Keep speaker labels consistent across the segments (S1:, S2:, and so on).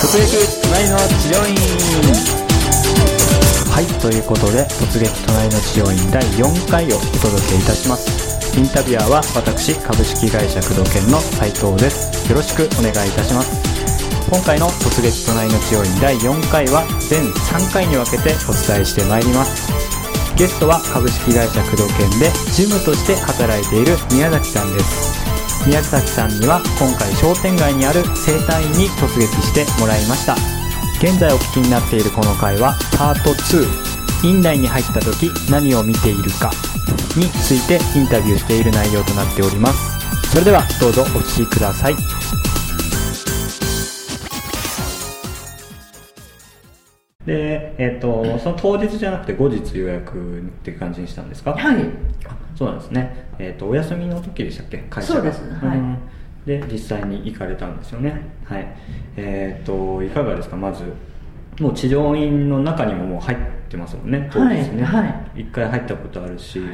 S1: 突撃隣の治療院はいということで突撃隣の治療院第4回をお届けいたしますインタビュアーは私株式会社工藤研の斉藤ですよろしくお願いいたします今回の「突撃隣の治療院」第4回は全3回に分けてお伝えしてまいりますゲストは株式会社工藤研で事務として働いている宮崎さんです宮崎さんには今回商店街にある整体院に突撃してもらいました現在お聞きになっているこの回はパート2院内に入った時何を見ているかについてインタビューしている内容となっておりますそれではどうぞお聞きくださいでえっ、とその当日じゃなくて後日予約って感じにしたんですか
S2: はい、
S1: そうなんですね。えっ、とお休みの時でしたっけ会社が。
S2: そうですはい
S1: んで実際に行かれたんですよね。はい。えっ、といかがですかまず。もう治療院の中にももう入ってますもんね。当日ね。
S2: はい
S1: 一回入ったことあるし、
S2: はい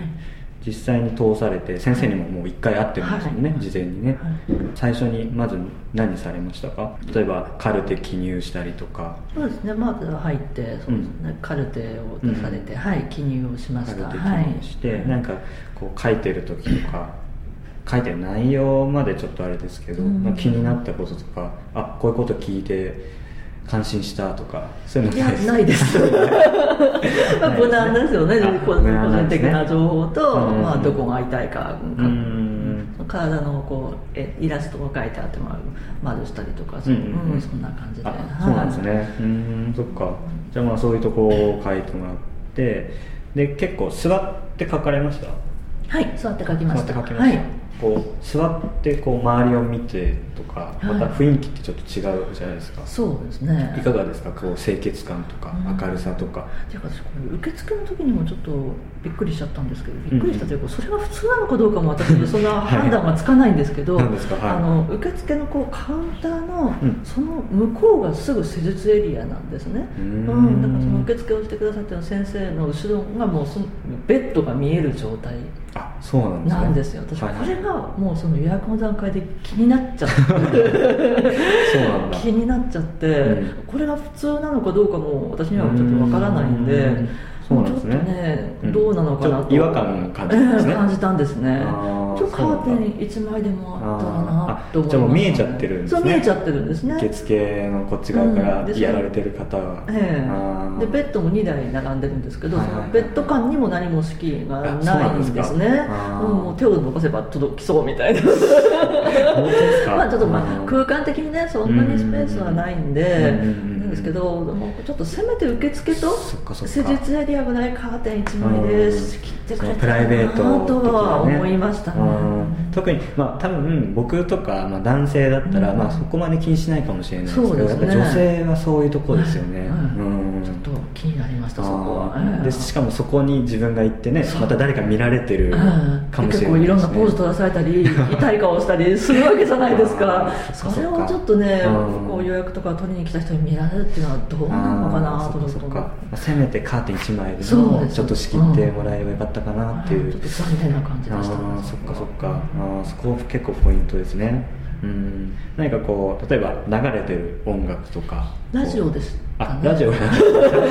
S1: 実際に通されて先生にももう一回会ってるんですもんね、
S2: はい
S1: 事前にね、
S2: はい
S1: 最初にまず何されましたか。例えばカルテ記入したりとか。
S2: そうですねまずは入ってそうです、ねカルテを出されて、はい記入をしま
S1: カ
S2: し
S1: ル
S2: た
S1: テ記
S2: はい
S1: 入して、なんかこう書いてる時とか書いてる内容までちょっとあれですけど、
S2: うん
S1: まあ、気になったこととかあこういうこと聞いて感心したとかそういうの
S2: いや
S1: です
S2: ないです まあ無難ですよね
S1: ないですね
S2: 個
S1: あ無難なん
S2: 人
S1: です
S2: 的
S1: ね
S2: な情報と、
S1: うん
S2: まあ、どこが痛いか、
S1: ん
S2: 体のこうえイラストを描いてあっても丸したりとかそうう、
S1: んうんうん
S2: うんそんな感じで
S1: あ
S2: はい
S1: そうなんですね、うーんそっかじゃあまあそういうとこを書いてもらってで結構座って書かれました
S2: はい座って描きま
S1: 座
S2: し
S1: ったて書きました、
S2: はい
S1: こう座ってこう周りを見てとかまた雰囲気ってちょっと違うじゃないですか、
S2: そうですね
S1: いかがですかこう清潔感とか
S2: うん
S1: 明るさとか、
S2: ていうか私これ受付の時にもちょっとびっくりしちゃったんですけどびっくりしたというか、それが普通なのかどうかも私にそんな判断がつかないんですけど、
S1: はいなんですかはい
S2: あの受付のこうカウンターの、
S1: うん
S2: その向こうがすぐ施術エリアなんですね、
S1: うー
S2: うん
S1: ん
S2: だからその受付をしてくださってる先生の後ろがもうそのベッドが見える状態
S1: あそうなんですね
S2: なんですよ私こ
S1: はい
S2: れがもうその予約の段階で気になっちゃって
S1: そうなんだ
S2: 気になっちゃって、
S1: う
S2: これが普通なのかどうかも私にはちょっとわからないんで
S1: うんそうなんですね
S2: ちょっとね
S1: うん
S2: どうなのかな
S1: ちょっ
S2: と
S1: と違和感を感じたんですね
S2: ええ感じたんですね
S1: あー
S2: ちょっとカー
S1: そうなんだ
S2: テン一枚でもあったらなと
S1: あ
S2: 思いましたね
S1: じゃあもう見えちゃってるんですね
S2: そう見えちゃってるんですね
S1: 受付のこっち側か
S2: うん
S1: ら
S2: ですね
S1: やられてる方は、
S2: え
S1: あー
S2: え、でベッドも2台並んでるんですけど、
S1: はいはいはい
S2: そのベッド間にも何も敷が
S1: あそう
S2: な
S1: ないんで
S2: ん
S1: すか
S2: ですねうん
S1: あー
S2: もう手を伸ばせば届きそうみた いな
S1: 本当ですか
S2: まあちょっとま
S1: う
S2: あ
S1: ん
S2: 空間的にねそんなにスペースはないんで
S1: うんうんうんうん
S2: なんですけどでもちょっとせめて受付と
S1: そっかそっか
S2: 施術エリアぐらいカーテン1枚で仕切ってくれ
S1: プ
S2: た
S1: ライ
S2: ら
S1: ベ
S2: な
S1: ート
S2: とは
S1: 的なね
S2: 思いましたね
S1: うん特にまあ多分僕とか、まあ、男性だったら、
S2: うん
S1: まあ、そこまで気にしないかもしれないですけど
S2: そうです
S1: やっ
S2: ね
S1: ぱ女性はそういうとこですよね、
S2: はい
S1: うん
S2: ちょっと気になりましたそこ
S1: あ
S2: は
S1: ー
S2: ええ
S1: でしかもそこに自分が行ってね
S2: そう
S1: また誰か見られてるか
S2: うん
S1: もし
S2: 結
S1: れ
S2: 構
S1: ない
S2: い
S1: で
S2: ろん
S1: す
S2: な
S1: ね
S2: ポーズ取らされ たり痛い顔したりするわけじゃないですか
S1: あーそっか
S2: それ
S1: そっ
S2: を
S1: か
S2: ちょっとね
S1: うん
S2: こう予約とか取りに来た人に見られるっていうのはどうなのか
S1: あ
S2: な
S1: ー
S2: と思って
S1: そっかそっかまあせめてカーテン1枚で
S2: そう
S1: も
S2: です
S1: ちょっと仕切ってもらえばよかったかなっていう
S2: ちょっと残念な感じで
S1: あ
S2: した
S1: ーそっかそっかあーそこ結構ポイントですねうん何かこう例えば流れてる音楽とか
S2: ラジオ
S1: で
S2: ですか
S1: あ
S2: ね
S1: ラジオ
S2: 最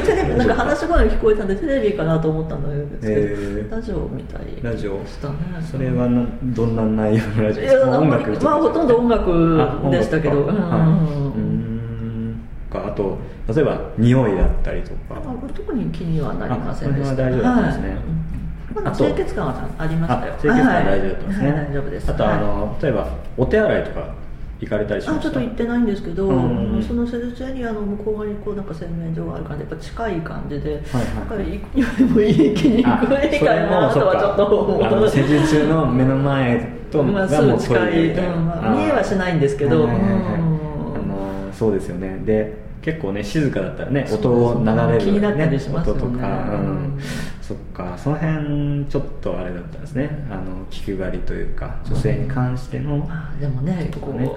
S2: 初テレビなんか話し声が聞こえたんでテレビかなと思ったんですけど、
S1: えー
S2: ラジオみたい
S1: ラジオ
S2: でしたね
S1: それはなどんな内容のラジオ
S2: い
S1: です
S2: や
S1: か音楽とか
S2: まあほとんど音楽でしたけど
S1: あ音楽か
S2: う
S1: はい
S2: ん
S1: うーんかあと例えば匂いだったりとか
S2: まあ、これ特に気にはなりませんでした。
S1: あこれは大丈夫だったんですね
S2: はい、ま
S1: あ
S2: だ
S1: と
S2: 清潔感はありましたよ。
S1: あ清潔感大丈夫だったんですね、
S2: はいはい大丈夫です。
S1: あとあ
S2: はい
S1: の、例えばお手洗いとか行かれたりしま
S2: あ
S1: した
S2: ちょっと行ってないんですけど、
S1: うん
S2: その施術エリアの向こう側にこうなんか洗面所がある感じでやっぱ近い感じで、
S1: はい
S2: なんか今でもいい気に
S1: あ
S2: 行くいい
S1: そ
S2: か
S1: れも
S2: な
S1: そ
S2: と
S1: っ
S2: はちょ
S1: か
S2: っと思う
S1: あの施術中の目の前と
S2: まあ
S1: が
S2: す
S1: も
S2: ぐ
S1: うトイ
S2: 近
S1: レ
S2: い、
S1: みたいな、
S2: うんまあ
S1: あー
S2: 見えはしないんですけど、
S1: はいはいはいはい
S2: うん
S1: あのそうですよねで結構ね静かだったらね
S2: そう
S1: 音を流れる、ね、
S2: 気になったりしますよね
S1: 音とか、う
S2: うんん、
S1: そっかその辺ちょっとあれだったんですねあの気配りというか女性に関しての、
S2: まあでもね
S1: と
S2: こ
S1: か
S2: う
S1: ね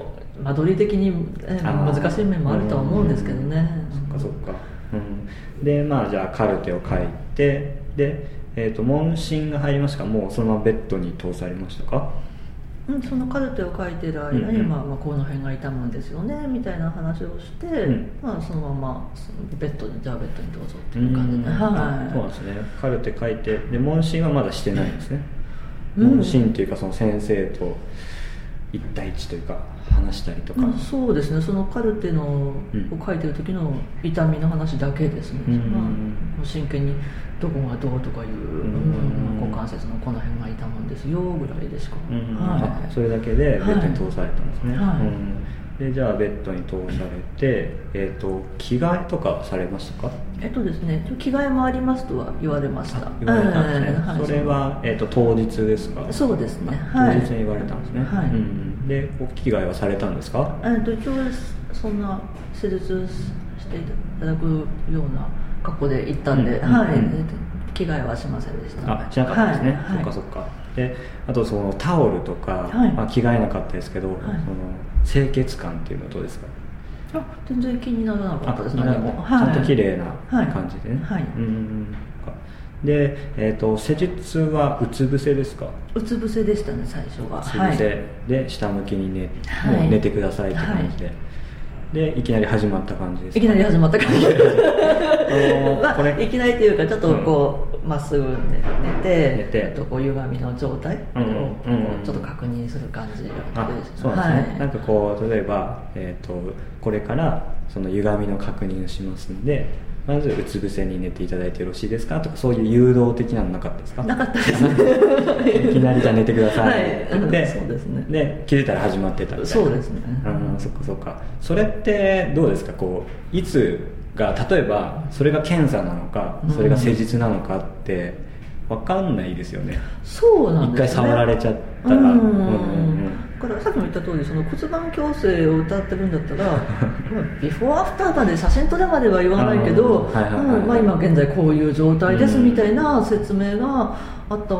S2: 間取り的に、え
S1: あー
S2: 難しい面もあるとは思うんですけどね、
S1: うんそっかそっか、うん、でまあじゃあカルテを書いてで、えー、と問診が入りましたかもうそのままベッドに通されましたか
S2: うん、そのカルテを書いてる間に、
S1: うんうん
S2: まあ、まあこの辺が痛むんですよねみたいな話をして、
S1: ん
S2: まあ、そのままそのベッドにじゃあベッドにどうぞって
S1: う
S2: い
S1: ん
S2: う感じで、
S1: そうなん
S2: は
S1: ですねカルテ書いてで問診はまだしてないんですね、
S2: うん
S1: 問診というかその先生と一対一というか話したりと
S2: い
S1: か、
S2: まあ、そうですねそのカルテのを
S1: うん
S2: 書いてる時の痛みの話だけですね、
S1: うん
S2: まあもう真剣にどこがどうとかいう、う
S1: ん
S2: んまあ股関節のこの辺が痛むんですよぐらいでしか、
S1: うん
S2: は
S1: あ
S2: い、
S1: それだけでベッドに通されたんですね、
S2: はいはい
S1: うんでじゃあベッドに通されて、えー、と着替えとかされましたか
S2: えっとですね、着替えもありますとは言われました。
S1: 言われたんですね、
S2: えーい
S1: それは、えー、と当日ですか
S2: そうですね
S1: あ
S2: はい
S1: 当日に言われたんですね、
S2: はい
S1: うん、でお着替えはされたんですか
S2: えっと一応そんな施術していただくような格好で行ったんで、
S1: うん
S2: はい、
S1: うん
S2: えっと着替えはしませんでした。
S1: あしなかったんですね、
S2: は
S1: そ
S2: い
S1: っかそっかであとそのタオルとか、
S2: はい
S1: まあ、着替えなかったですけど、
S2: い
S1: その清潔感っていうのはどうですか
S2: はいあ全然気にならなかったです。
S1: あ
S2: 何
S1: な
S2: も
S1: んか
S2: はい
S1: ちゃんと綺麗な感じでね、
S2: はいはい
S1: うんそっかで、えー、と施術はうつ伏せですか
S2: うつ伏せでしたね最初は。
S1: うつ伏
S2: はい
S1: せで下向きに寝,、
S2: はい
S1: もう寝てくださいって感じで、でいきなり始まった感じです
S2: いきなり始まった感じ。
S1: あの ー
S2: まあ
S1: これ
S2: いきなりというかちょっとこうま、っすぐ寝て
S1: 寝て
S2: ちょっとこう歪みの状態を
S1: うんうん
S2: こうちょっと確認する感じで
S1: あそうなんですね、
S2: はい
S1: なんかこう例えば、えー、とこれからその歪みの確認をしますんでまずうつ伏せに寝ていただいてよろしいですかとかそういう誘導的なのなかったですか
S2: なかったです
S1: いきなりじゃあ寝てください、
S2: はいうん そうですね
S1: で気づいたら始まってたみたいな
S2: そうですね
S1: うんそっかそっかそれってどうですかこういつが例えばそれが検査なのかそれが施術なのかって分かんないですよね、
S2: そうなんで
S1: 一
S2: す、ね、
S1: 回触られちゃったら
S2: うん
S1: うんうんうん
S2: だからさっきも言った通りその骨盤矯正を歌ってるんだったらまあビフォーアフターまで写真撮れまでは言わないけど
S1: あーはいはいはい
S2: うんまあ今現在こういう状態です
S1: うん
S2: みたいな説明があった方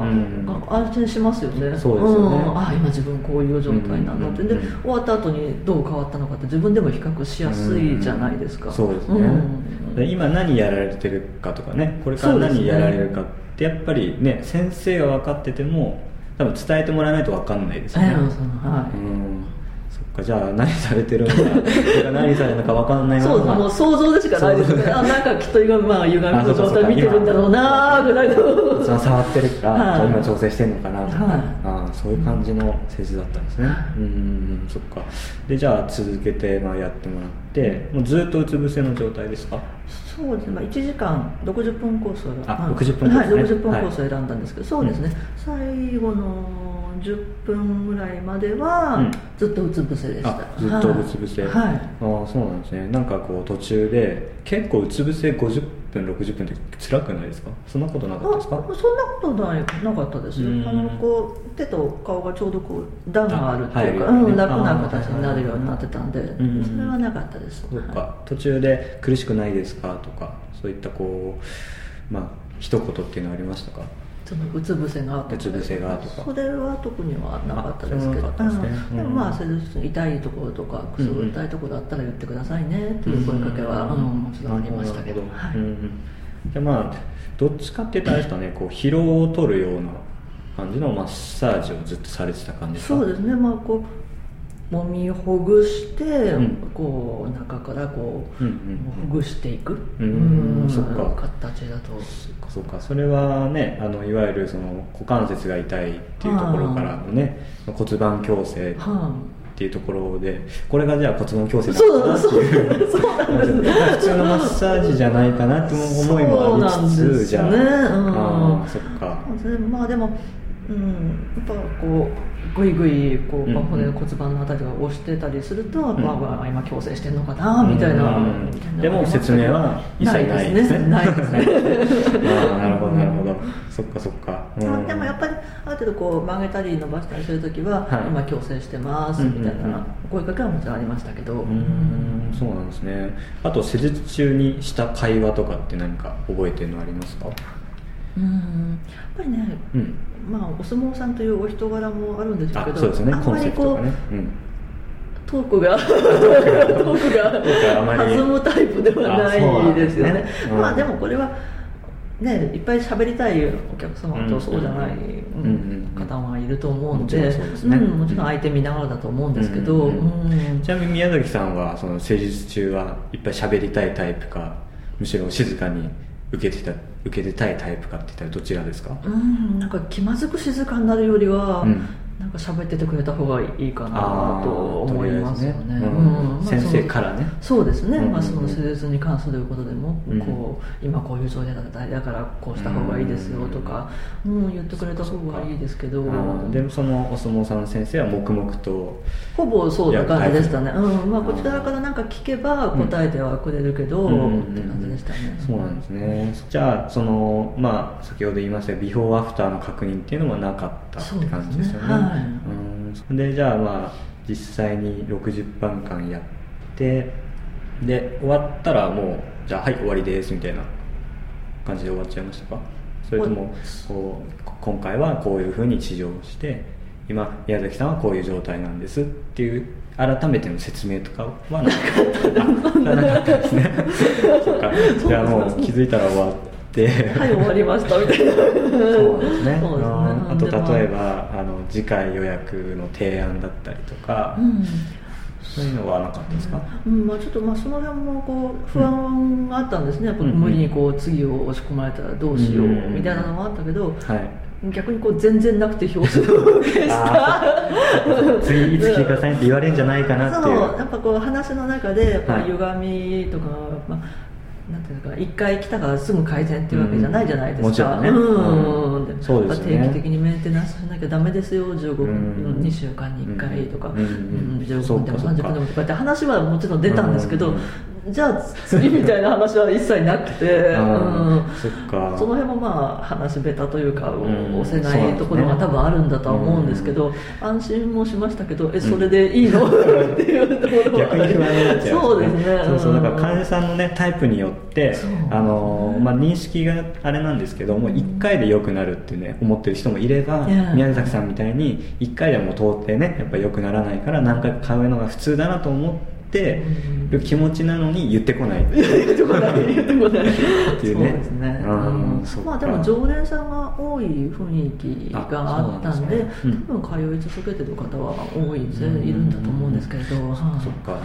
S2: が、
S1: うん
S2: あ安心しますよね
S1: そうですよね
S2: んああ今自分こういう状態なんだって、
S1: うんうんうん
S2: で終わった後にどう変わったのかって自分でも比較しやすいじゃないですか、
S1: うんそうですね、
S2: ん
S1: で今何やられてるかとかねこれから
S2: そうです
S1: 何
S2: ね
S1: やられるかってやっぱりね先生が分かってても多分伝えてもらわないと分かんないですよね、
S2: ええそのはい
S1: うんそっかじゃあ何されてるのかとか何されるのか分かんないま
S2: そう
S1: ま
S2: もう想像でしかないですねあなんかきっと今、まあ、歪み
S1: あそう
S2: の
S1: かそう
S2: 状
S1: か
S2: 態見てるんだろうなーぐらいの
S1: 一番触ってるから、
S2: はい
S1: じゃあ今調整してるのかなとか、
S2: はい
S1: あーそういう感じの施術だったんですね、うんうんうんそっかでじゃあ続けて、まあ、やってもらってもうずっとうつ伏せの状態ですか
S2: そうですね、まあ、1時間60分コースを
S1: あ
S2: うん
S1: 60分コースね
S2: はい、60分コースを選んだんですけど、そうですね、最後の10分ぐらいまでは、
S1: うん
S2: ずっとうつ伏せでした
S1: あずっとうつ伏せ、
S2: はい、は
S1: ああそうなんですねなんかこう途中で結構うつ伏せ50分60分って辛くないですかそんなことなかった
S2: あ
S1: です
S2: そんな
S1: か
S2: ことないなかったですよ
S1: うん
S2: あのこう手と顔がちょうどこう段があるっていうか、
S1: あ入るよう
S2: う
S1: に
S2: ん、
S1: ね
S2: 楽な
S1: あー
S2: 形になるようになってたんで、
S1: んうん
S2: それはなかったです、
S1: そっ
S2: はい
S1: か途中で苦しくないですかとかそういったこうまあ一言っていうのはありましたか
S2: そのうつ伏せがとか
S1: うつ伏せがとか
S2: それは特にはなかったですけど
S1: あそれはなかったですね
S2: うんでも
S1: うん
S2: まあ施術痛いところとかくすぐったいところだったら言ってくださいねっていう声かけは、うんもちろんありましたけど
S1: なるほ
S2: は
S1: ど
S2: い
S1: うんうんじゃあまあどっちかって言ったらあれですかねこう疲労を取るような感じのマッサージをずっとされてた感じですか
S2: そうですねまあこう揉みほぐして、
S1: ん
S2: こう中からこう、
S1: うんうんうん
S2: ほぐしていく、
S1: うん
S2: う
S1: そっか
S2: 形だと
S1: そっかそうかそれはねあのいわゆるその股関節が痛いっていうところからのね骨盤矯正っ
S2: は
S1: ていうところでこれがじゃあ骨盤矯
S2: い
S1: 正
S2: そう
S1: な
S2: だ
S1: のか
S2: そう
S1: なっていう
S2: だそうなんですね
S1: 普通のマッサージじゃないかなって思いもありつ
S2: そうなんで
S1: つ
S2: す
S1: じゃあ
S2: ねうん
S1: あーそっか
S2: まあでも、うん、やっぱこうぐいぐいこ
S1: う
S2: うんまあ骨の骨盤のあたりが押してたりすると、
S1: ん
S2: まあまあ今矯正してんのかなみたいな、
S1: うんでも説明は一切ないですね
S2: ないです ねないですね
S1: ああなるほどなるほどそっかそっかうん
S2: でもやっぱりある程度こう曲げたり伸ばしたりするときは、
S1: はい
S2: 今矯正してますみたい
S1: うんうんうん
S2: な声かけはもちろんありましたけど、
S1: うーんそうなんですねあと施術中にした会話とかって何か覚えてるのありますか
S2: うんやっぱりね、
S1: うん
S2: まあ、お相撲さんというお人柄もあるんでしょう
S1: あ
S2: けど
S1: そうですね
S2: あん
S1: コン
S2: ま
S1: セ
S2: り
S1: プト
S2: こ
S1: が
S2: う、
S1: ねうん
S2: トークがトーク
S1: トークがあま
S2: が
S1: り
S2: 弾むタイプでは
S1: あそうな
S2: なんい
S1: で
S2: ですす
S1: ね
S2: よね
S1: うん
S2: まあでもこれはね、いっぱい喋りたいお客様
S1: うん
S2: とそうじゃない、
S1: ん
S2: うん
S1: うんうん
S2: 方はいると思うんで
S1: もちろんそうですね
S2: うんもちろん相手見ながらだと思うんですけど、
S1: う
S2: うんん
S1: ちなみに宮崎さんはその施術中はいっぱい喋りたいタイプかむしろ静かに受けてた受けてたいタイプかって言ったらどちらですか、
S2: うんなんか気まずく静かになるよりは、
S1: うん
S2: なんか喋っててくれた方がいいか
S1: あ
S2: な
S1: ー
S2: と思いますよね。
S1: とりあえずねうん
S2: まあ
S1: 先生からね
S2: そのそうですね。
S1: うん
S2: まあその施術に関することでも、
S1: うん
S2: こう今こういう状態だからだからこうした方がいいですよとか、うん、言ってくれた方がいいですけど、
S1: あーでもそのお相撲さんの先生は黙々と
S2: ほぼそうな感じでしたね。
S1: いやはい
S2: うん、まあこちらからなんか聞けば答えてはくれるけど、って感じでしたね。
S1: そうなんですねじゃあそのまあ先ほど言いましたビフォーアフターの確認っていうのはなかったって感じですよね
S2: そうですねはい
S1: うんでじゃあまあ実際に60分間やってで終わったらもうじゃあはい終わりですみたいな感じで終わっちゃいましたかそれともこうこ今回はこういうふうに治療して今宮崎さんはこういう状態なんですっていう改めての説明とかはなかったなかったですねそっかじゃあもう気づいたら終わって
S2: はい終わりましたみたいな。
S1: そうですね。
S2: そうですね
S1: あーあと例え。
S2: でまあ
S1: ばあの次回予約の提案だったりとか、
S2: うん。
S1: そういうのはなかったですか？
S2: うんまあ、ちょっとまあその辺もこう不安があったんですね、やっぱ
S1: うんうん
S2: 無理にこう次を押し込まれたらどうしよう
S1: うん
S2: みたいなのがあったけど、
S1: はい。
S2: 逆にこう全然なくて 表情を受けし
S1: あ
S2: た。
S1: 次いつ来てくださいって言われるんじゃないかなって
S2: そ
S1: いうう。
S2: やっぱこう話の中でやっぱ
S1: はい
S2: り歪みとか、まあ、なんていうのか一回来たからすぐ改善っていうわけじゃないじゃないです
S1: うんもちろ
S2: か、
S1: んね
S2: うん
S1: うん
S2: で
S1: そうですよね
S2: やっぱ定期的にメンテナンスしなきゃダメですよ15分、
S1: うん
S2: 2週間に1回とか、
S1: う
S2: うん
S1: う
S2: ん
S1: んそ
S2: 15
S1: う
S2: 分
S1: か
S2: で
S1: そ
S2: も
S1: うか
S2: 30分でもとかって話はもちろん出たんですけど、じゃあ次みたいな話は一切なくて、
S1: あ
S2: うん
S1: ーそっか。
S2: その辺もまあ話べたというか、
S1: うん
S2: 押せ
S1: そうなん
S2: な
S1: です
S2: い
S1: ね
S2: ところが多分あるんだとは思うんですけど、安心もしましたけどえそれでいい の、っていうところは
S1: 逆に不安になっちゃいますね
S2: そうですね
S1: そうそうだから
S2: うん
S1: 患者さんのねタイプによって
S2: そう
S1: あの、まあ、認識があれなんですけどもう1回で良くなるってね思ってる人もいれば、
S2: うん
S1: 宮崎さんみたいに1回でもう到底ねやっぱ良くならないから何回か通うのが普通だなと思ってる気持ちなのに言って こないって
S2: 言ってこない言ってこない
S1: っていうね
S2: そうですね、
S1: うん
S2: うん
S1: そっか
S2: まあでも常連さんが多い雰囲気があったんで
S1: あそうなんですねうん
S2: 多分通い続けてる方は多いんで、
S1: うん
S2: いるんだと思うんですけれど、はい
S1: そっか